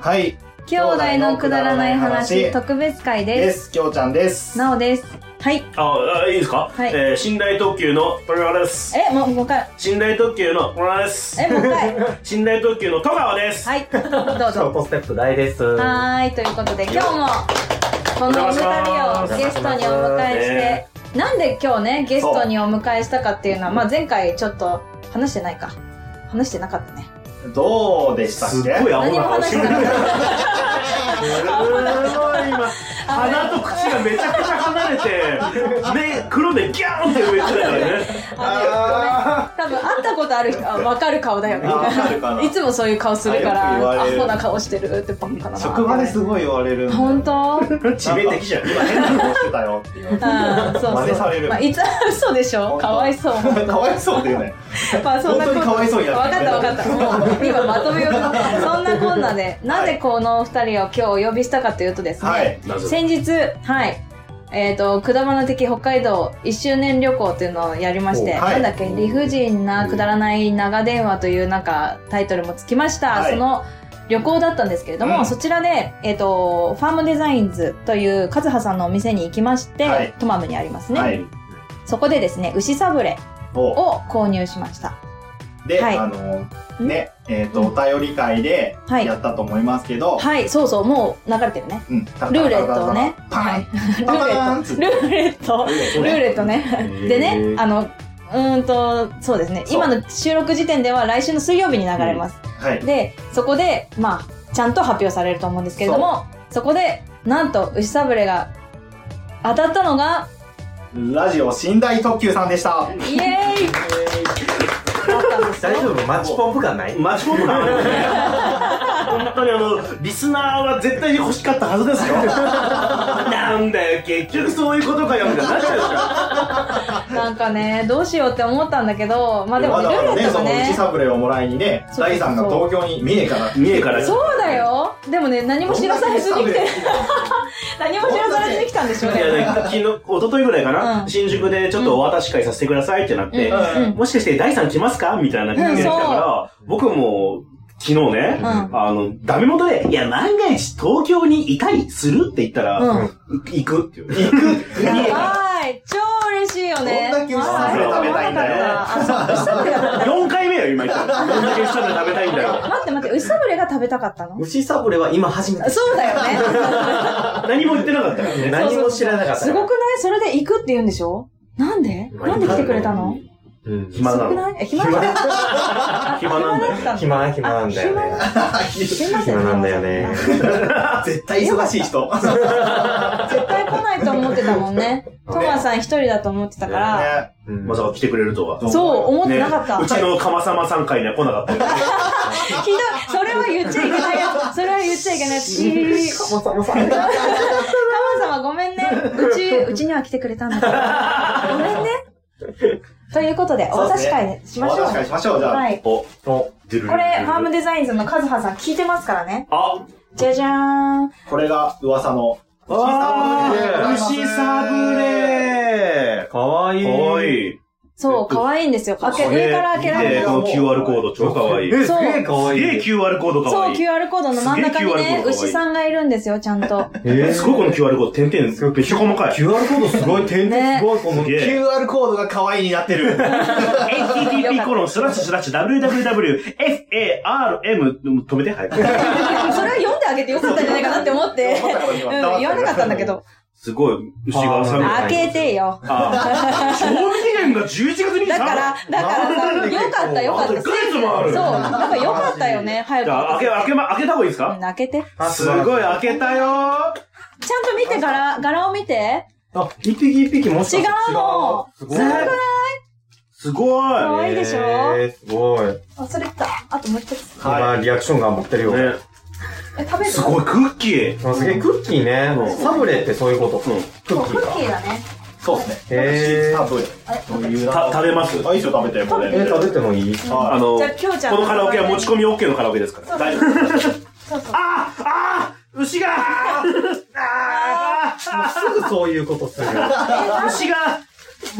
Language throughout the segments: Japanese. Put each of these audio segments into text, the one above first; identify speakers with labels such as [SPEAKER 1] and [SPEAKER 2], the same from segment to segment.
[SPEAKER 1] はい。
[SPEAKER 2] 兄弟のくだらない話特別会
[SPEAKER 1] で
[SPEAKER 2] です
[SPEAKER 1] す。きょうちゃんです。
[SPEAKER 2] なおですはい
[SPEAKER 3] あ、あいいですか、
[SPEAKER 2] はい
[SPEAKER 3] えー信頼特急の豊川です。
[SPEAKER 2] えもうもう一回
[SPEAKER 3] 信頼特急の小野です。
[SPEAKER 2] えもう一回
[SPEAKER 3] 信頼特急の戸川です。
[SPEAKER 2] はいどう
[SPEAKER 4] ショー
[SPEAKER 2] ぞ
[SPEAKER 4] トステップ大です。は
[SPEAKER 2] はーいということで今日もこのお二人をゲストにお迎えして、
[SPEAKER 3] ね
[SPEAKER 2] なんで今日ねゲストにお迎えしたかっていうのはまあ前回ちょっと話してないか話してなかったね
[SPEAKER 1] どうでしたっけ
[SPEAKER 3] すっごい青
[SPEAKER 2] 何も
[SPEAKER 3] な顔
[SPEAKER 2] 話
[SPEAKER 3] し
[SPEAKER 2] してて
[SPEAKER 3] る。
[SPEAKER 2] な
[SPEAKER 3] す
[SPEAKER 2] か
[SPEAKER 3] ごい
[SPEAKER 2] った
[SPEAKER 3] 今、鼻と口がめちゃくちゃ離れて、目黒でギャーンって上行ってたからね。
[SPEAKER 1] あ
[SPEAKER 2] 多分会ったことある人あ分かる顔だよね
[SPEAKER 1] あわかるかない
[SPEAKER 2] つも そういう顔するから
[SPEAKER 1] あよく言われる
[SPEAKER 2] アホな顔してるってバカだな
[SPEAKER 1] ー職場ですごい言われるんだよ
[SPEAKER 2] 本当
[SPEAKER 1] 致命的じゃん。今変な顔してたよって言われて。
[SPEAKER 2] ああそうそう
[SPEAKER 1] 真似される
[SPEAKER 2] まあ、いつ そうでしょ
[SPEAKER 1] 本当
[SPEAKER 2] かわいそう
[SPEAKER 1] かわいそうだよね。
[SPEAKER 2] まあそんなこ
[SPEAKER 1] 本当にかわいそうになっ
[SPEAKER 2] 分
[SPEAKER 1] て
[SPEAKER 2] かっ
[SPEAKER 1] る
[SPEAKER 2] た分かったもう今まとめようと思ったそんなこんなでなぜこのお二人を今日お呼びしたかというとですね、
[SPEAKER 1] はい。
[SPEAKER 3] なぜ
[SPEAKER 2] 先日はいえー、とくだばな的北海道一周年旅行というのをやりまして、
[SPEAKER 1] おはい
[SPEAKER 2] なんだっけ理不尽なくだらない長電話というなんかタイトルもつきました、
[SPEAKER 1] はい
[SPEAKER 2] その旅行だったんですけれども、
[SPEAKER 1] うん
[SPEAKER 2] そちらで、えー、とファームデザインズという和葉さんのお店に行きまして、
[SPEAKER 1] はい
[SPEAKER 2] トマムにありますね、
[SPEAKER 1] はい。
[SPEAKER 2] そこでですね牛サブレ
[SPEAKER 1] お
[SPEAKER 2] を購入しました
[SPEAKER 1] で、
[SPEAKER 2] はい
[SPEAKER 1] あの、ね、えっと、お便り会で
[SPEAKER 2] はい
[SPEAKER 1] やったと思いますけど、
[SPEAKER 2] はいそうそうもう流れてるね
[SPEAKER 1] うん
[SPEAKER 2] ルーレットをね
[SPEAKER 1] パー
[SPEAKER 2] は
[SPEAKER 1] ン
[SPEAKER 2] いルーレ
[SPEAKER 1] パン
[SPEAKER 2] ットルーレットルーレットねでね、あの、うーんと、そうですね、
[SPEAKER 1] そう
[SPEAKER 2] 今の収録時点では来週の水曜日に流れます。
[SPEAKER 1] はい。
[SPEAKER 2] で、そこで、まあ、ちゃんと発表されると思うんですけれども、そこで、なんと、牛サブレが当たったのが、
[SPEAKER 1] ラジオ寝台特急さんでした。
[SPEAKER 2] イエーイ だったんです
[SPEAKER 4] 大丈
[SPEAKER 2] よ。
[SPEAKER 4] 夫マッチポンプ感ない
[SPEAKER 3] マジモブなんね。本当にあの、リスナーは絶対に欲しかったはずですよ。なんだよ、結局そういうことかよ、みたいになっちゃうでしょ。
[SPEAKER 2] なんかね、どうしようって思ったんだけど、まあでも
[SPEAKER 1] わ
[SPEAKER 2] ね、
[SPEAKER 1] ざ
[SPEAKER 2] ル
[SPEAKER 1] わざ
[SPEAKER 2] ーレ
[SPEAKER 1] ね、
[SPEAKER 2] ット
[SPEAKER 1] そ
[SPEAKER 2] が
[SPEAKER 1] のうち
[SPEAKER 2] ね、
[SPEAKER 1] サブレをもらいにね、
[SPEAKER 2] そうそうそう
[SPEAKER 1] ダイさんが東京に三重から
[SPEAKER 3] 三重から
[SPEAKER 2] そうだよ。でもね、何も知らされずに来て、 何も知らされずに来たんでしょう
[SPEAKER 3] い
[SPEAKER 2] ね。
[SPEAKER 3] やね昨日、一昨日ぐらいかな、
[SPEAKER 2] うん
[SPEAKER 3] 新宿でちょっとお渡し会させてくださいってなって、
[SPEAKER 2] うんうん
[SPEAKER 3] もしかして第3来ますかみたいな感じで来たから、僕も、昨日ね、
[SPEAKER 2] ん
[SPEAKER 3] あの、ダメ元で、いや、万が一東京にいたりするって言ったら、
[SPEAKER 2] うん
[SPEAKER 3] 行くって言う
[SPEAKER 1] 行く
[SPEAKER 2] やばい超嬉しいよね
[SPEAKER 1] どんだけ牛サブレ食べたいんだよ
[SPEAKER 2] あそう牛サブレが食べたい
[SPEAKER 3] 4回目よ、今言ったら。どんだけ下で食べたいんだよ。
[SPEAKER 2] 待って待って牛サブレが食べたかったの
[SPEAKER 4] 牛サブレは今初めて。
[SPEAKER 2] そうだよね
[SPEAKER 3] 何も言ってなかったからね。
[SPEAKER 4] 何も知らなかった。
[SPEAKER 2] すごくないそれで行くって言うんでしょなんでなんで来てくれたの
[SPEAKER 4] うん。
[SPEAKER 3] 暇
[SPEAKER 2] す
[SPEAKER 3] な
[SPEAKER 2] ごく
[SPEAKER 3] の。
[SPEAKER 2] ないえ暇だった
[SPEAKER 3] 暇なんだよ。
[SPEAKER 2] の
[SPEAKER 4] 暇、暇なんだよね。
[SPEAKER 2] 暇
[SPEAKER 4] 暇なんだよね。
[SPEAKER 1] 絶対忙しい人。
[SPEAKER 2] 絶対来ないと思ってたもんねトマさん一人だと思ってたから
[SPEAKER 1] ね
[SPEAKER 4] うん
[SPEAKER 3] まさか来てくれるとは。
[SPEAKER 2] そう思って
[SPEAKER 3] ね
[SPEAKER 2] なかった、
[SPEAKER 3] うちの釜様さん会には来なかっ たよ。
[SPEAKER 2] ひどいそれは言っちゃいけないやつそれは言っちゃいけないやつ
[SPEAKER 4] カモさんもさんだ
[SPEAKER 2] タマ様ごめんね。うち、うちには来てくれたんだから。ごめんね。ということで、お
[SPEAKER 1] そう
[SPEAKER 2] 渡
[SPEAKER 1] です
[SPEAKER 2] し
[SPEAKER 1] ね
[SPEAKER 2] 会しましょう。
[SPEAKER 1] お渡し会しましょう、じゃあ。
[SPEAKER 2] はい。
[SPEAKER 3] お、
[SPEAKER 4] お、
[SPEAKER 3] 出る
[SPEAKER 2] これ、ファームデザインズのカズハさん聞いてますからね。
[SPEAKER 3] あ、
[SPEAKER 2] じゃじゃーん。
[SPEAKER 1] これが噂の。
[SPEAKER 3] わ
[SPEAKER 1] ー
[SPEAKER 3] 牛サブレ
[SPEAKER 4] かわいい。
[SPEAKER 3] ーかわいい。
[SPEAKER 2] そう、可愛いんですよ。開け、
[SPEAKER 3] これ
[SPEAKER 2] 上から開けられ
[SPEAKER 3] 見て
[SPEAKER 2] る
[SPEAKER 3] こ。の QR コード超かわいい。す
[SPEAKER 4] え、す
[SPEAKER 2] そう
[SPEAKER 4] げえかわいい。
[SPEAKER 3] げえ QR コードか
[SPEAKER 2] そ
[SPEAKER 3] わ
[SPEAKER 2] う、
[SPEAKER 3] いい。
[SPEAKER 2] QR コードの真ん中に
[SPEAKER 3] すげえ QR コード可愛
[SPEAKER 2] ね
[SPEAKER 3] い、
[SPEAKER 2] 牛さんがいるんですよ、ちゃんと。
[SPEAKER 4] えー
[SPEAKER 3] すごいこの QR コード、点々、めっちゃ細かい。
[SPEAKER 4] QR コードすごい、点々すごい、この
[SPEAKER 3] す。げえ。
[SPEAKER 1] QR コードが可愛いになってる。
[SPEAKER 3] http コロンスラッシュスラッシュ www.farm 止めて、はい。
[SPEAKER 2] それは読んであげてよかったんじゃないかなって思って。うん、言わなかったんだけど。
[SPEAKER 3] すごい、牛が寒い。あ
[SPEAKER 2] 開けてよ。
[SPEAKER 3] あ賞味期限が11月に
[SPEAKER 2] だから、だからさ、よかったよかった。
[SPEAKER 3] あと一ヶ月もあ
[SPEAKER 2] そう、
[SPEAKER 3] る
[SPEAKER 2] なんかよかったよね、早
[SPEAKER 3] じゃあ、
[SPEAKER 2] く。
[SPEAKER 3] 開け、開けま、開けた方がいいです
[SPEAKER 2] う
[SPEAKER 3] か
[SPEAKER 2] ん開けて。
[SPEAKER 4] あ
[SPEAKER 3] すごい、開けたよ
[SPEAKER 2] ちゃんと見て、柄、柄を見て。
[SPEAKER 4] あ、一匹一匹もしかして
[SPEAKER 2] 違うの
[SPEAKER 4] す
[SPEAKER 3] ー
[SPEAKER 4] ごい。
[SPEAKER 3] すごいすごい
[SPEAKER 2] 可愛いでしょ
[SPEAKER 4] えーすごい。
[SPEAKER 2] 忘れてた。あともう一つ。
[SPEAKER 4] 今、リアクションが持ってるよ。
[SPEAKER 3] ね
[SPEAKER 2] え、食べる
[SPEAKER 3] すごい、クッキー
[SPEAKER 4] あすげえ、クッキーね。サブレってそういうこと。
[SPEAKER 3] うん
[SPEAKER 4] ク
[SPEAKER 2] そう
[SPEAKER 4] ッキ
[SPEAKER 2] ク
[SPEAKER 4] ー
[SPEAKER 2] ッキ
[SPEAKER 4] か。
[SPEAKER 2] ーだね。
[SPEAKER 1] そうですね。
[SPEAKER 4] へー
[SPEAKER 1] 多分。そういう
[SPEAKER 3] た食べます
[SPEAKER 1] あ、いいっすよ、食べて、これ。
[SPEAKER 4] えー、食べてもいい
[SPEAKER 3] あ
[SPEAKER 1] は
[SPEAKER 3] の、
[SPEAKER 2] じゃあ、きょうちゃん。
[SPEAKER 3] このカラオケは持ち込み OK のカラオケですから。
[SPEAKER 1] い。大丈夫。
[SPEAKER 2] そうそう。
[SPEAKER 3] あーあー 牛があーあ
[SPEAKER 4] すぐそういうことする。ちょ
[SPEAKER 3] ー牛が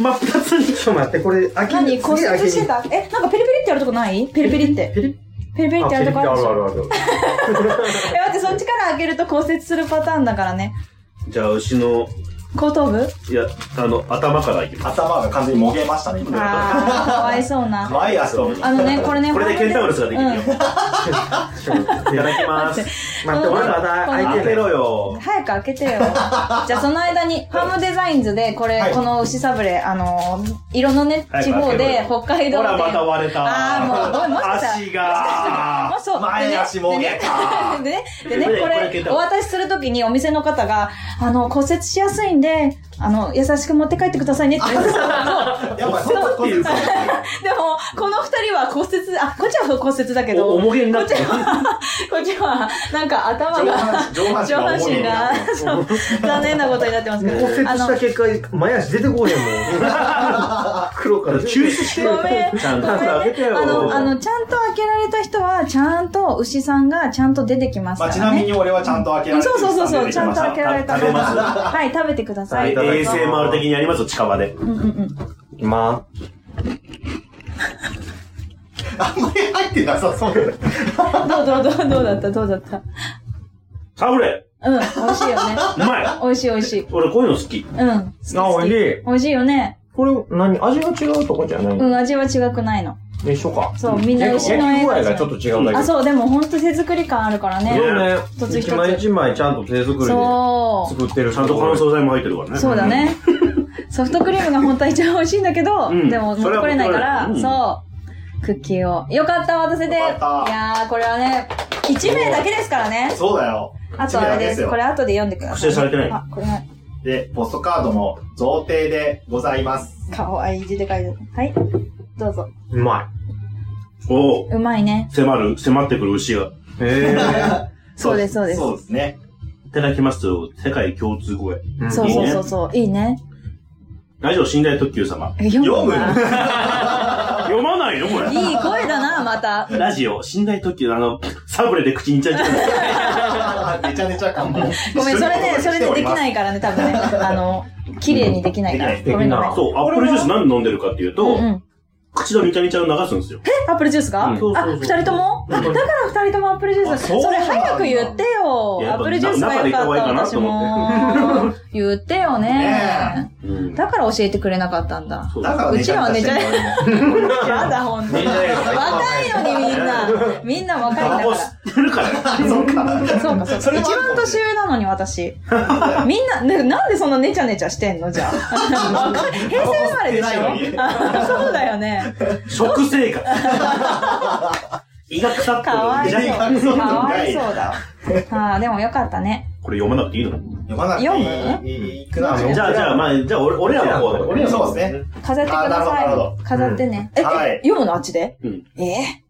[SPEAKER 3] 真っ二つに
[SPEAKER 4] っと待って、これ、開け
[SPEAKER 2] 何骨折して
[SPEAKER 4] た
[SPEAKER 2] たえ、なんかペリペリってやるとこないペリペリって。
[SPEAKER 4] ペリ
[SPEAKER 2] ペリペリってやるとこあるでしょ
[SPEAKER 4] あるあるあ る。
[SPEAKER 2] え、待って、っちから開けると骨折するパターンだからね。
[SPEAKER 3] じゃあ、牛の、
[SPEAKER 2] 後頭部
[SPEAKER 3] いや、あの、頭からいきます。
[SPEAKER 1] 頭が完全にもげましたね、今。
[SPEAKER 2] ああ、かわいそうな。
[SPEAKER 1] マイアスと。
[SPEAKER 2] あのね、これね、
[SPEAKER 3] これでケンタウロスができるよ。
[SPEAKER 2] うん
[SPEAKER 3] いただ きます。
[SPEAKER 4] 待って、俺まだ
[SPEAKER 2] うん
[SPEAKER 4] 開い
[SPEAKER 3] 当
[SPEAKER 4] て
[SPEAKER 3] て
[SPEAKER 4] る。
[SPEAKER 3] ろよ。
[SPEAKER 2] 早く開けて よ。じゃあその間に、ファームデザインズで、これ、
[SPEAKER 1] はい
[SPEAKER 2] この牛サブレ、あの、色のね、
[SPEAKER 3] 早く
[SPEAKER 2] 地
[SPEAKER 3] 開けろ
[SPEAKER 2] 方
[SPEAKER 3] よ
[SPEAKER 2] で、北海道
[SPEAKER 3] ほ
[SPEAKER 2] で。
[SPEAKER 3] ら、また割れた。
[SPEAKER 2] あーもうもうもう
[SPEAKER 3] 足が。
[SPEAKER 2] もうそう。
[SPEAKER 1] 前
[SPEAKER 2] でね
[SPEAKER 1] 足もげた
[SPEAKER 2] でね、で ね、でねこ
[SPEAKER 3] これこれ
[SPEAKER 2] れ、お渡しするときにお店の方が、あの、骨折しやすいんで、あの、優しく持って帰ってください ねって言ってたそう
[SPEAKER 1] やっぱ
[SPEAKER 3] 骨折っていうか、
[SPEAKER 2] でも、この二人は骨折、あ、こっちは骨折だけど、
[SPEAKER 3] お
[SPEAKER 2] こ
[SPEAKER 3] 重げになってる。
[SPEAKER 2] っちは、なんか頭
[SPEAKER 1] 上
[SPEAKER 2] が、
[SPEAKER 1] 半身上半身
[SPEAKER 2] 上半
[SPEAKER 1] 重い
[SPEAKER 2] 身
[SPEAKER 1] ね
[SPEAKER 2] が、そう残念なことになってますけ
[SPEAKER 4] 骨
[SPEAKER 2] ど。
[SPEAKER 4] 折した結果、前足出てこへんもん。黒から出てこ
[SPEAKER 3] 抽
[SPEAKER 4] へん。
[SPEAKER 3] 出して
[SPEAKER 2] ごめん。
[SPEAKER 3] ちゃんと開けてよ。
[SPEAKER 2] あの、あの、ちゃんと開けられた人は、ちゃんと牛さんがちゃんと出てきます
[SPEAKER 1] ま
[SPEAKER 2] か
[SPEAKER 1] あ、
[SPEAKER 2] らね。
[SPEAKER 1] ちなみに俺はちゃんと開けられて
[SPEAKER 2] そう
[SPEAKER 1] る
[SPEAKER 2] そうそうそう、
[SPEAKER 1] 出てき
[SPEAKER 2] ちゃん
[SPEAKER 1] ま
[SPEAKER 2] と
[SPEAKER 1] した
[SPEAKER 2] 開けられた
[SPEAKER 3] 食べます
[SPEAKER 2] はい、食べてください。
[SPEAKER 4] はい
[SPEAKER 3] ASMR 的にやりますよ、近場で。
[SPEAKER 2] うんうんうん。
[SPEAKER 4] いきま
[SPEAKER 1] あんまり入ってなさそうだね
[SPEAKER 2] どうどうどうどうだったどうだった
[SPEAKER 3] サブレ
[SPEAKER 2] うん、美味しいよね。
[SPEAKER 3] うまい
[SPEAKER 2] 美味しい美味しい。
[SPEAKER 3] 俺こういうの好き。
[SPEAKER 2] うん。
[SPEAKER 4] す。あ、おいしい。
[SPEAKER 2] 美味しいよね。
[SPEAKER 4] これ、何味が違うとかじゃない
[SPEAKER 2] うん
[SPEAKER 4] の、
[SPEAKER 2] 味は違くないの。
[SPEAKER 4] 一緒か。
[SPEAKER 2] そう、みんな
[SPEAKER 4] 焼き
[SPEAKER 2] 牛
[SPEAKER 4] 具
[SPEAKER 2] の
[SPEAKER 4] 合がちょっ
[SPEAKER 2] と。
[SPEAKER 4] と違うだけ。
[SPEAKER 2] あ、そう、でもほんと手作り感あるからね。
[SPEAKER 4] そうね
[SPEAKER 2] 一つ一つ
[SPEAKER 4] 一枚一枚ちゃんと手作りで
[SPEAKER 2] そう。
[SPEAKER 4] 作ってる
[SPEAKER 3] ちゃんと乾燥剤も入ってるからね。
[SPEAKER 2] そうだね。ソフトクリームが本当は一番美味しいんだけど、
[SPEAKER 3] うん
[SPEAKER 2] でも持ってこれないから、
[SPEAKER 3] それは持ってこれない
[SPEAKER 2] そう。クッキーを。よかった、渡せて。い
[SPEAKER 1] よかった
[SPEAKER 2] やー、これはね、1名だけですからね。
[SPEAKER 1] そうだよ
[SPEAKER 2] あとあれです。
[SPEAKER 1] 一名だけ
[SPEAKER 2] これ後で読んでください。
[SPEAKER 3] 複製されてない
[SPEAKER 2] あ、これは、
[SPEAKER 1] でポストカードも贈呈でございます
[SPEAKER 2] かわいい字で書いてある。はい。どうぞ。
[SPEAKER 4] うま
[SPEAKER 3] おお
[SPEAKER 2] うまいね。
[SPEAKER 3] 迫る、迫ってくる牛が。
[SPEAKER 4] い。へ
[SPEAKER 2] そうです、そうです。
[SPEAKER 1] そうですね
[SPEAKER 3] いただきますよ、世界共通語へ。
[SPEAKER 4] え。
[SPEAKER 2] そうそうそうそう。いいね。
[SPEAKER 3] ラジオ信頼特急様。
[SPEAKER 2] え読むな
[SPEAKER 3] 読まないのこれ。
[SPEAKER 2] いい声だな、また。
[SPEAKER 3] ラジオ信頼特急、あの、サブレで口にいっちゃいけない。
[SPEAKER 1] めちゃめちゃ感も
[SPEAKER 2] ごめん、それで、それでできないいからね、多分ね。あの、綺麗にできないから。
[SPEAKER 1] で
[SPEAKER 4] きない
[SPEAKER 2] ごめんごめん。
[SPEAKER 3] そう、アップルジュース何飲んでるかっていうと、
[SPEAKER 2] うんうん。
[SPEAKER 3] 口のニチャニチャを流すんですよ。
[SPEAKER 2] アップルジュースが、
[SPEAKER 3] うんそうそうそう
[SPEAKER 2] あ、二人とも、あだから二人ともアップルジュー
[SPEAKER 1] あ
[SPEAKER 2] ス。
[SPEAKER 1] そう
[SPEAKER 2] それ
[SPEAKER 1] なんだ
[SPEAKER 2] 早く言ってよ
[SPEAKER 3] い。や
[SPEAKER 2] アップルジュースが良かった、
[SPEAKER 3] やっぱ
[SPEAKER 2] 私
[SPEAKER 3] 中で買
[SPEAKER 2] も。言ってよね
[SPEAKER 1] ね。
[SPEAKER 3] うん
[SPEAKER 2] だから教えてくれなかったんだ。
[SPEAKER 3] そう
[SPEAKER 1] だから
[SPEAKER 2] うちらはねじゃ
[SPEAKER 1] ない
[SPEAKER 2] やだ、ほんとに。若いのにみんな。みんな若いん
[SPEAKER 3] タ
[SPEAKER 2] だ
[SPEAKER 3] バ
[SPEAKER 2] か
[SPEAKER 3] コ
[SPEAKER 2] ら。
[SPEAKER 3] 吸ってるから。
[SPEAKER 1] そうか
[SPEAKER 2] そうか、そう
[SPEAKER 1] そ
[SPEAKER 2] か。
[SPEAKER 1] れ
[SPEAKER 2] 一
[SPEAKER 1] もあるか
[SPEAKER 2] 番
[SPEAKER 1] も
[SPEAKER 2] 年上なのに私。みんな、ねなんでそんなネチャネチャしてんのじゃあ。若い平成生まれでし
[SPEAKER 1] タバコ吸って
[SPEAKER 2] ょそうだよね。
[SPEAKER 3] 食生活。胃が腐って
[SPEAKER 2] かわいそう。
[SPEAKER 3] る。
[SPEAKER 2] かわいそうだ。ああ、でもよかったね。
[SPEAKER 3] これ読まなくていいの
[SPEAKER 1] 読まなくていいいくな
[SPEAKER 3] じゃあ、じゃあ、まあ、じゃあ、俺俺らの方で。
[SPEAKER 1] 俺らそうですね
[SPEAKER 2] 飾ってくだ
[SPEAKER 1] あなるほどな
[SPEAKER 2] さ
[SPEAKER 1] る
[SPEAKER 2] い。飾ってね。
[SPEAKER 1] ん
[SPEAKER 2] え、
[SPEAKER 1] はい
[SPEAKER 2] 読むのあっちで
[SPEAKER 3] うん
[SPEAKER 2] ええ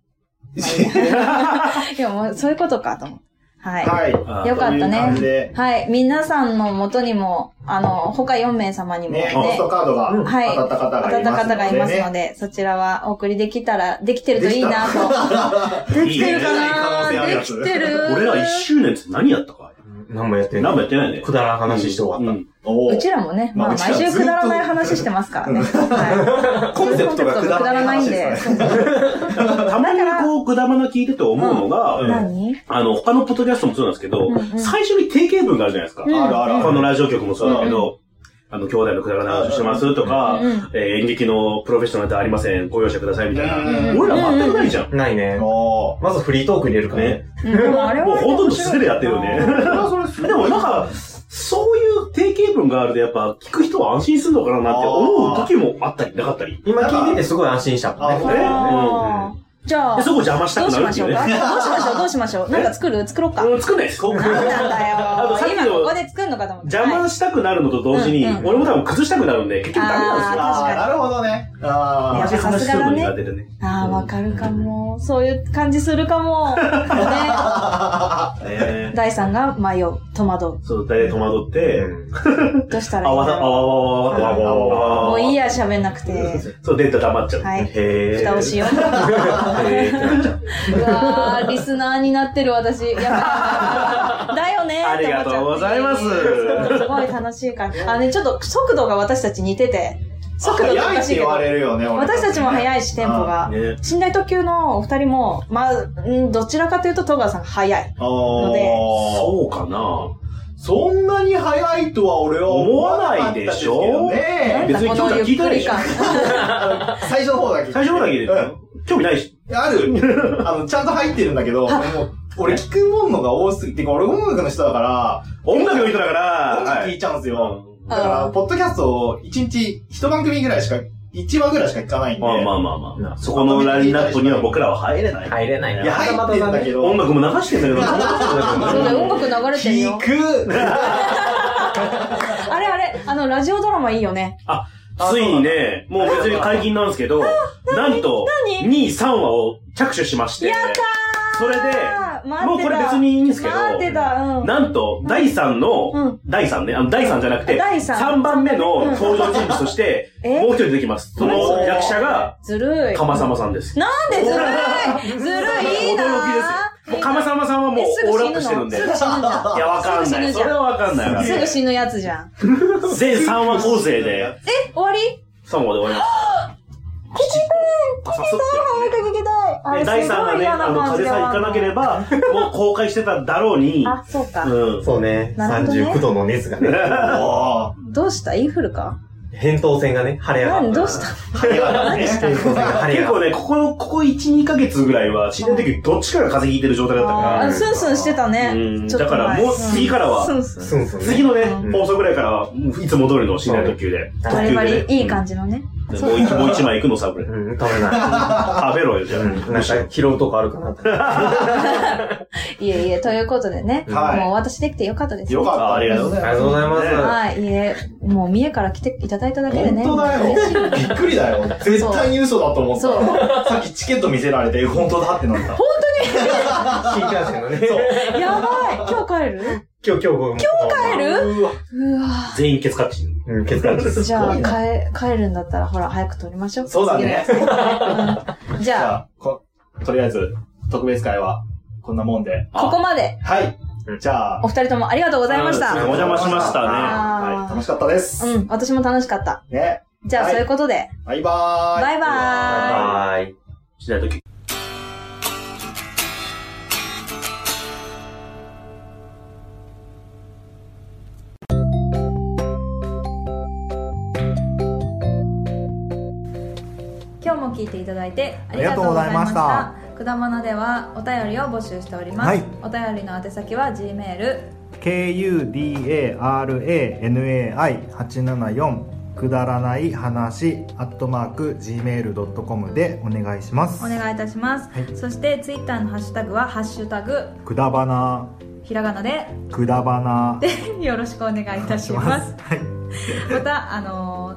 [SPEAKER 2] いや、もうそういうことかと思って。は
[SPEAKER 1] はい
[SPEAKER 3] あ
[SPEAKER 2] い。よか
[SPEAKER 1] とい
[SPEAKER 2] った
[SPEAKER 1] う感じ
[SPEAKER 2] ね。
[SPEAKER 1] で
[SPEAKER 2] はい。皆さんの元にも、あの、他4名様にも
[SPEAKER 1] ね
[SPEAKER 2] ね、
[SPEAKER 1] ポストカードが当
[SPEAKER 2] はい。
[SPEAKER 1] たった方がいます
[SPEAKER 2] 当たった方がいますの
[SPEAKER 1] で
[SPEAKER 2] で、そちらはお送りできたら、できてるといいなと。
[SPEAKER 3] でき
[SPEAKER 2] できてる
[SPEAKER 1] ね
[SPEAKER 2] か
[SPEAKER 1] いいね
[SPEAKER 2] なできてる。
[SPEAKER 3] 俺ら一周年って何やったか
[SPEAKER 4] 何もやって
[SPEAKER 3] 何
[SPEAKER 4] な
[SPEAKER 3] も
[SPEAKER 4] い。
[SPEAKER 3] やってないね。
[SPEAKER 4] くだらん話して終わっ
[SPEAKER 1] お
[SPEAKER 2] う
[SPEAKER 1] ー
[SPEAKER 2] ちらもね、
[SPEAKER 1] まあ
[SPEAKER 2] まあ
[SPEAKER 1] うちら
[SPEAKER 2] 毎週くだらない話してますからね。はい
[SPEAKER 1] コンセプトがくだらない話
[SPEAKER 2] くだらない
[SPEAKER 1] で
[SPEAKER 2] ん
[SPEAKER 1] す
[SPEAKER 2] で。
[SPEAKER 3] たまにこう、くだまな聞いてて思うのが、
[SPEAKER 1] うん
[SPEAKER 2] 何
[SPEAKER 3] あの、他のポッドキャストもそうなんですけど、
[SPEAKER 2] うんうん
[SPEAKER 3] 最初に定型文があるじゃないですか。
[SPEAKER 2] うん
[SPEAKER 1] あるあるある
[SPEAKER 3] 他のラジオ局もそうだけど、あの、兄弟のくだらない話してますとか、
[SPEAKER 2] うんうん
[SPEAKER 3] えー演劇のプロフェッショナルではありません、ご容赦くださいみたいな。
[SPEAKER 1] うん
[SPEAKER 3] 俺ら全くないじゃん。
[SPEAKER 4] た。ないね。
[SPEAKER 1] おー
[SPEAKER 4] まずフリートーク入れるからね。
[SPEAKER 2] うんでもあれは
[SPEAKER 3] もう
[SPEAKER 2] ね
[SPEAKER 3] ほとんど素手でやってるよね。
[SPEAKER 2] 面白いな。
[SPEAKER 3] でもなんか、そういう定型文があるとやっぱ聞く人は安心するのかなって思う時もあったりなかったり。
[SPEAKER 4] 今聞いててすごい安心したもん
[SPEAKER 1] あ
[SPEAKER 4] ね。
[SPEAKER 1] ほんと
[SPEAKER 2] あーじゃあ、
[SPEAKER 3] で、そ
[SPEAKER 2] ど
[SPEAKER 3] こ邪魔した
[SPEAKER 2] う
[SPEAKER 3] く
[SPEAKER 2] し
[SPEAKER 3] なる
[SPEAKER 2] ま
[SPEAKER 3] って
[SPEAKER 2] し
[SPEAKER 3] い
[SPEAKER 2] ょ
[SPEAKER 3] う
[SPEAKER 2] うか
[SPEAKER 3] ね。
[SPEAKER 2] どうしましょうどうしましょうなんか作る作ろうか。
[SPEAKER 3] うん、作んないです。
[SPEAKER 2] なん
[SPEAKER 3] あと
[SPEAKER 2] だ
[SPEAKER 3] さっ
[SPEAKER 2] よ。
[SPEAKER 3] きの
[SPEAKER 2] 今ここで作るのかと思って。
[SPEAKER 3] 邪魔したくなるのと同時に、
[SPEAKER 2] うんうん
[SPEAKER 3] 俺も多分崩したくなるんで、結局ダメなんですよ。
[SPEAKER 1] あーなるほどねあ
[SPEAKER 2] や
[SPEAKER 1] ー
[SPEAKER 2] っぱさすがだね
[SPEAKER 3] 話すの苦手でね。
[SPEAKER 2] ああ、わかるかも。そういう感じするかも。ね。
[SPEAKER 3] ね
[SPEAKER 2] 第三が迷う、戸惑
[SPEAKER 3] そう、大体戸惑って、
[SPEAKER 2] う。どうしたら
[SPEAKER 3] あ
[SPEAKER 2] いいん
[SPEAKER 3] わだ、
[SPEAKER 2] だ
[SPEAKER 3] あ
[SPEAKER 2] ろ
[SPEAKER 3] わわわわわわわわ
[SPEAKER 2] う。
[SPEAKER 3] わ
[SPEAKER 2] もう
[SPEAKER 3] わ。
[SPEAKER 2] いいや、喋んなくて。
[SPEAKER 3] そう、データ黙っちゃう。
[SPEAKER 2] はい。
[SPEAKER 4] へえ。
[SPEAKER 2] 蓋をしよう。
[SPEAKER 3] へーってなっちゃう
[SPEAKER 2] うわー、リスナーになってる私。やっぱだよ ねーって思っちゃ
[SPEAKER 3] ありがとうございます
[SPEAKER 2] そうすごい楽しいから。あのね、ちょっと速度が私たち似てて、速度ってお
[SPEAKER 1] 早い
[SPEAKER 2] か
[SPEAKER 1] っ
[SPEAKER 2] しい
[SPEAKER 1] て
[SPEAKER 2] け
[SPEAKER 1] 言
[SPEAKER 2] ど
[SPEAKER 1] わ。れるよね、俺
[SPEAKER 2] 私たちも
[SPEAKER 1] い。
[SPEAKER 2] 早いし、テンポが。
[SPEAKER 3] ね。
[SPEAKER 2] 寝台特急のお二人も、まあ、うんどちらかというと戸川さんが早い。
[SPEAKER 1] お
[SPEAKER 2] ので
[SPEAKER 1] ー
[SPEAKER 3] そうかな
[SPEAKER 1] そんなに早いとは俺は思わなかったですけど
[SPEAKER 3] 思わな
[SPEAKER 1] ね。
[SPEAKER 3] 別に
[SPEAKER 2] なんかこのゆっくり感。
[SPEAKER 1] 最初の方だけ。
[SPEAKER 3] 最初のだけで
[SPEAKER 1] うん。
[SPEAKER 3] 興味ないし。
[SPEAKER 1] ある。あの、ちゃんと入ってるんだけど、もう、俺聞くものが多すぎて、俺音楽の人だか
[SPEAKER 3] 音楽の人だから
[SPEAKER 1] ら、音、楽
[SPEAKER 3] は
[SPEAKER 1] 聞い
[SPEAKER 3] い。
[SPEAKER 1] ちゃうんですよ。
[SPEAKER 2] あ
[SPEAKER 1] だから、ポッドキャストを一日一番組ぐらいしか、一話ぐらいしか聞かないんで。
[SPEAKER 3] まあまあまあまあ。そこのラインナップには僕らは入れない。
[SPEAKER 4] 入れない
[SPEAKER 1] いや、
[SPEAKER 4] まだま
[SPEAKER 1] 入ってん
[SPEAKER 4] だだ
[SPEAKER 1] だけ
[SPEAKER 4] ね。
[SPEAKER 1] ど。
[SPEAKER 3] 音楽も流してんだけど、そんなこと
[SPEAKER 2] そう
[SPEAKER 3] な
[SPEAKER 2] だ
[SPEAKER 3] い
[SPEAKER 2] よ、音楽流れてる
[SPEAKER 1] 聞
[SPEAKER 2] よ。
[SPEAKER 1] く
[SPEAKER 2] あれあれ、あの、ラジオドラマいいよね。
[SPEAKER 3] ついにね、もう別に解禁なんですけど、なんと、2
[SPEAKER 2] 何
[SPEAKER 3] 位、3話を着手しまして、それで、
[SPEAKER 2] あー、
[SPEAKER 3] も
[SPEAKER 2] 待っ
[SPEAKER 3] う
[SPEAKER 2] てた。
[SPEAKER 3] これ別にいいんですけど、
[SPEAKER 2] 待ってた、うん。
[SPEAKER 3] なんと、第3の、
[SPEAKER 2] うん。
[SPEAKER 3] 第3ね、あの、第3じゃなくて、
[SPEAKER 2] 第三
[SPEAKER 3] 3番目の登場人物として、
[SPEAKER 2] え
[SPEAKER 3] もう一人出てきます。その役者が、
[SPEAKER 2] ずるい。
[SPEAKER 3] かまさまさんです。
[SPEAKER 2] なんでずるいずるいいいなぁ
[SPEAKER 3] 驚きですよ。もうかまさまさんはもう
[SPEAKER 2] えすぐ
[SPEAKER 3] オー
[SPEAKER 2] 死ぬ
[SPEAKER 3] ルア
[SPEAKER 2] の
[SPEAKER 3] ップしてるんで。い
[SPEAKER 2] すぐ死ぬじゃん
[SPEAKER 3] や、わかんない。それはわかんないわ。
[SPEAKER 2] すぐ死ぬやつじゃん。
[SPEAKER 3] 全3話構成で、
[SPEAKER 2] え、終わり
[SPEAKER 3] 3話で終わります。聞きたい
[SPEAKER 2] 早く聞きたい。あれ、
[SPEAKER 3] 第
[SPEAKER 2] す
[SPEAKER 3] 3
[SPEAKER 2] ご
[SPEAKER 3] が
[SPEAKER 2] い
[SPEAKER 3] ね、
[SPEAKER 2] 嫌
[SPEAKER 3] あ
[SPEAKER 2] な
[SPEAKER 3] の、
[SPEAKER 2] 感じ
[SPEAKER 3] 風
[SPEAKER 2] で
[SPEAKER 3] さん行かなければ、もう公開してただろうに、
[SPEAKER 2] あ、そうか。
[SPEAKER 3] うん。
[SPEAKER 4] そうね。
[SPEAKER 2] なるほどね
[SPEAKER 4] 39度の熱がね、
[SPEAKER 1] おー
[SPEAKER 2] どうしたインフルか
[SPEAKER 4] 扁桃腺がね、腫れ上が
[SPEAKER 2] 何
[SPEAKER 4] っ
[SPEAKER 2] どうした
[SPEAKER 1] 早かったね。
[SPEAKER 4] た。扁桃腺が腫れ上
[SPEAKER 3] 結
[SPEAKER 4] がっ
[SPEAKER 3] 構ね、ここの、ここ1、2ヶ月ぐらいは、死んだ時どっちかが風邪ひいてる状態だった
[SPEAKER 2] あ
[SPEAKER 3] か
[SPEAKER 2] ースンスンしてた
[SPEAKER 3] ら。
[SPEAKER 2] ね。
[SPEAKER 3] うん。
[SPEAKER 2] ちょっ
[SPEAKER 3] だ
[SPEAKER 2] と
[SPEAKER 3] から
[SPEAKER 2] 前
[SPEAKER 3] もう次から
[SPEAKER 2] ス
[SPEAKER 3] は、
[SPEAKER 2] ン
[SPEAKER 4] た。
[SPEAKER 2] スン。
[SPEAKER 4] すんすんね。
[SPEAKER 3] 次のね
[SPEAKER 2] う、ん
[SPEAKER 3] 放送ぐらいからは、いつも通りの死んだ特急で。
[SPEAKER 2] バリバリいい感
[SPEAKER 3] じ。
[SPEAKER 2] じのね。
[SPEAKER 3] で
[SPEAKER 2] そ
[SPEAKER 3] も
[SPEAKER 2] う
[SPEAKER 3] う一もう一枚行くのさ、これ。
[SPEAKER 4] うん、食べ な
[SPEAKER 3] 食べろよ、じ
[SPEAKER 4] い。
[SPEAKER 3] ゃ
[SPEAKER 4] うん、なん
[SPEAKER 3] あ。
[SPEAKER 4] か拾うとこあるかなと。
[SPEAKER 2] いえいえ、ということでね。もう
[SPEAKER 1] はい
[SPEAKER 2] お渡しできてよかったです。
[SPEAKER 1] よかった。
[SPEAKER 3] ありがとうご
[SPEAKER 4] ありがとうございます。
[SPEAKER 2] はい、いえ、もう三重から来ていただいただけでね。
[SPEAKER 1] 本当だよ
[SPEAKER 2] 嬉しいね
[SPEAKER 1] びっくりだよ。絶対に嘘だと思った。さっきチケット見せられて、本当だってなった。
[SPEAKER 4] 新幹線のね。
[SPEAKER 1] そう
[SPEAKER 2] やばい今日帰る
[SPEAKER 4] 今日、今日僕も。今
[SPEAKER 2] 帰る
[SPEAKER 1] うわ
[SPEAKER 2] うわ
[SPEAKER 3] 全員ケツカッチ。
[SPEAKER 4] うん、血管 です。
[SPEAKER 2] じゃあ、帰、帰るんだったら、ほら、早く撮りましょう。
[SPEAKER 1] そうだね
[SPEAKER 2] 次のやつ。うんじ
[SPEAKER 1] じ
[SPEAKER 2] ゃ
[SPEAKER 1] ゃ
[SPEAKER 2] あ、
[SPEAKER 1] あ、ことりあえず、特別会は、こんなもんで。
[SPEAKER 2] ここまで、
[SPEAKER 1] はい
[SPEAKER 4] うん。
[SPEAKER 1] じゃあ
[SPEAKER 2] お、二人ともありがとうございまし
[SPEAKER 3] うんお
[SPEAKER 2] た。
[SPEAKER 3] 邪魔しましたね。は
[SPEAKER 2] あ
[SPEAKER 1] 楽しかったです。
[SPEAKER 2] ーうん、私も楽しかった。
[SPEAKER 1] ね。
[SPEAKER 2] じゃあ、
[SPEAKER 1] はい
[SPEAKER 2] そういうことで、
[SPEAKER 1] バイバーイ。
[SPEAKER 2] バイバーイ
[SPEAKER 4] はーい。
[SPEAKER 3] い。死んだ時。
[SPEAKER 2] 今日も聞いていただいて
[SPEAKER 5] あ
[SPEAKER 2] あり
[SPEAKER 5] り
[SPEAKER 2] が
[SPEAKER 5] が
[SPEAKER 2] と
[SPEAKER 5] と
[SPEAKER 2] う
[SPEAKER 5] うご
[SPEAKER 2] ござ
[SPEAKER 5] ざ
[SPEAKER 2] い
[SPEAKER 5] い
[SPEAKER 2] ま
[SPEAKER 5] ま
[SPEAKER 2] し
[SPEAKER 5] した
[SPEAKER 2] たくだまなではお便りを募集しております、
[SPEAKER 5] はい
[SPEAKER 2] お便りの宛先は G メール
[SPEAKER 5] kudaranai874 くだらない話アットマーク gmail.com でお願いします
[SPEAKER 2] お願いいたします、
[SPEAKER 5] はい
[SPEAKER 2] そしてツイッターのハッシュタグは「ハッシュタグ
[SPEAKER 5] くだばな
[SPEAKER 2] ひらがなで
[SPEAKER 5] くだばな」
[SPEAKER 2] でよろしくお願いいたしますまたあのー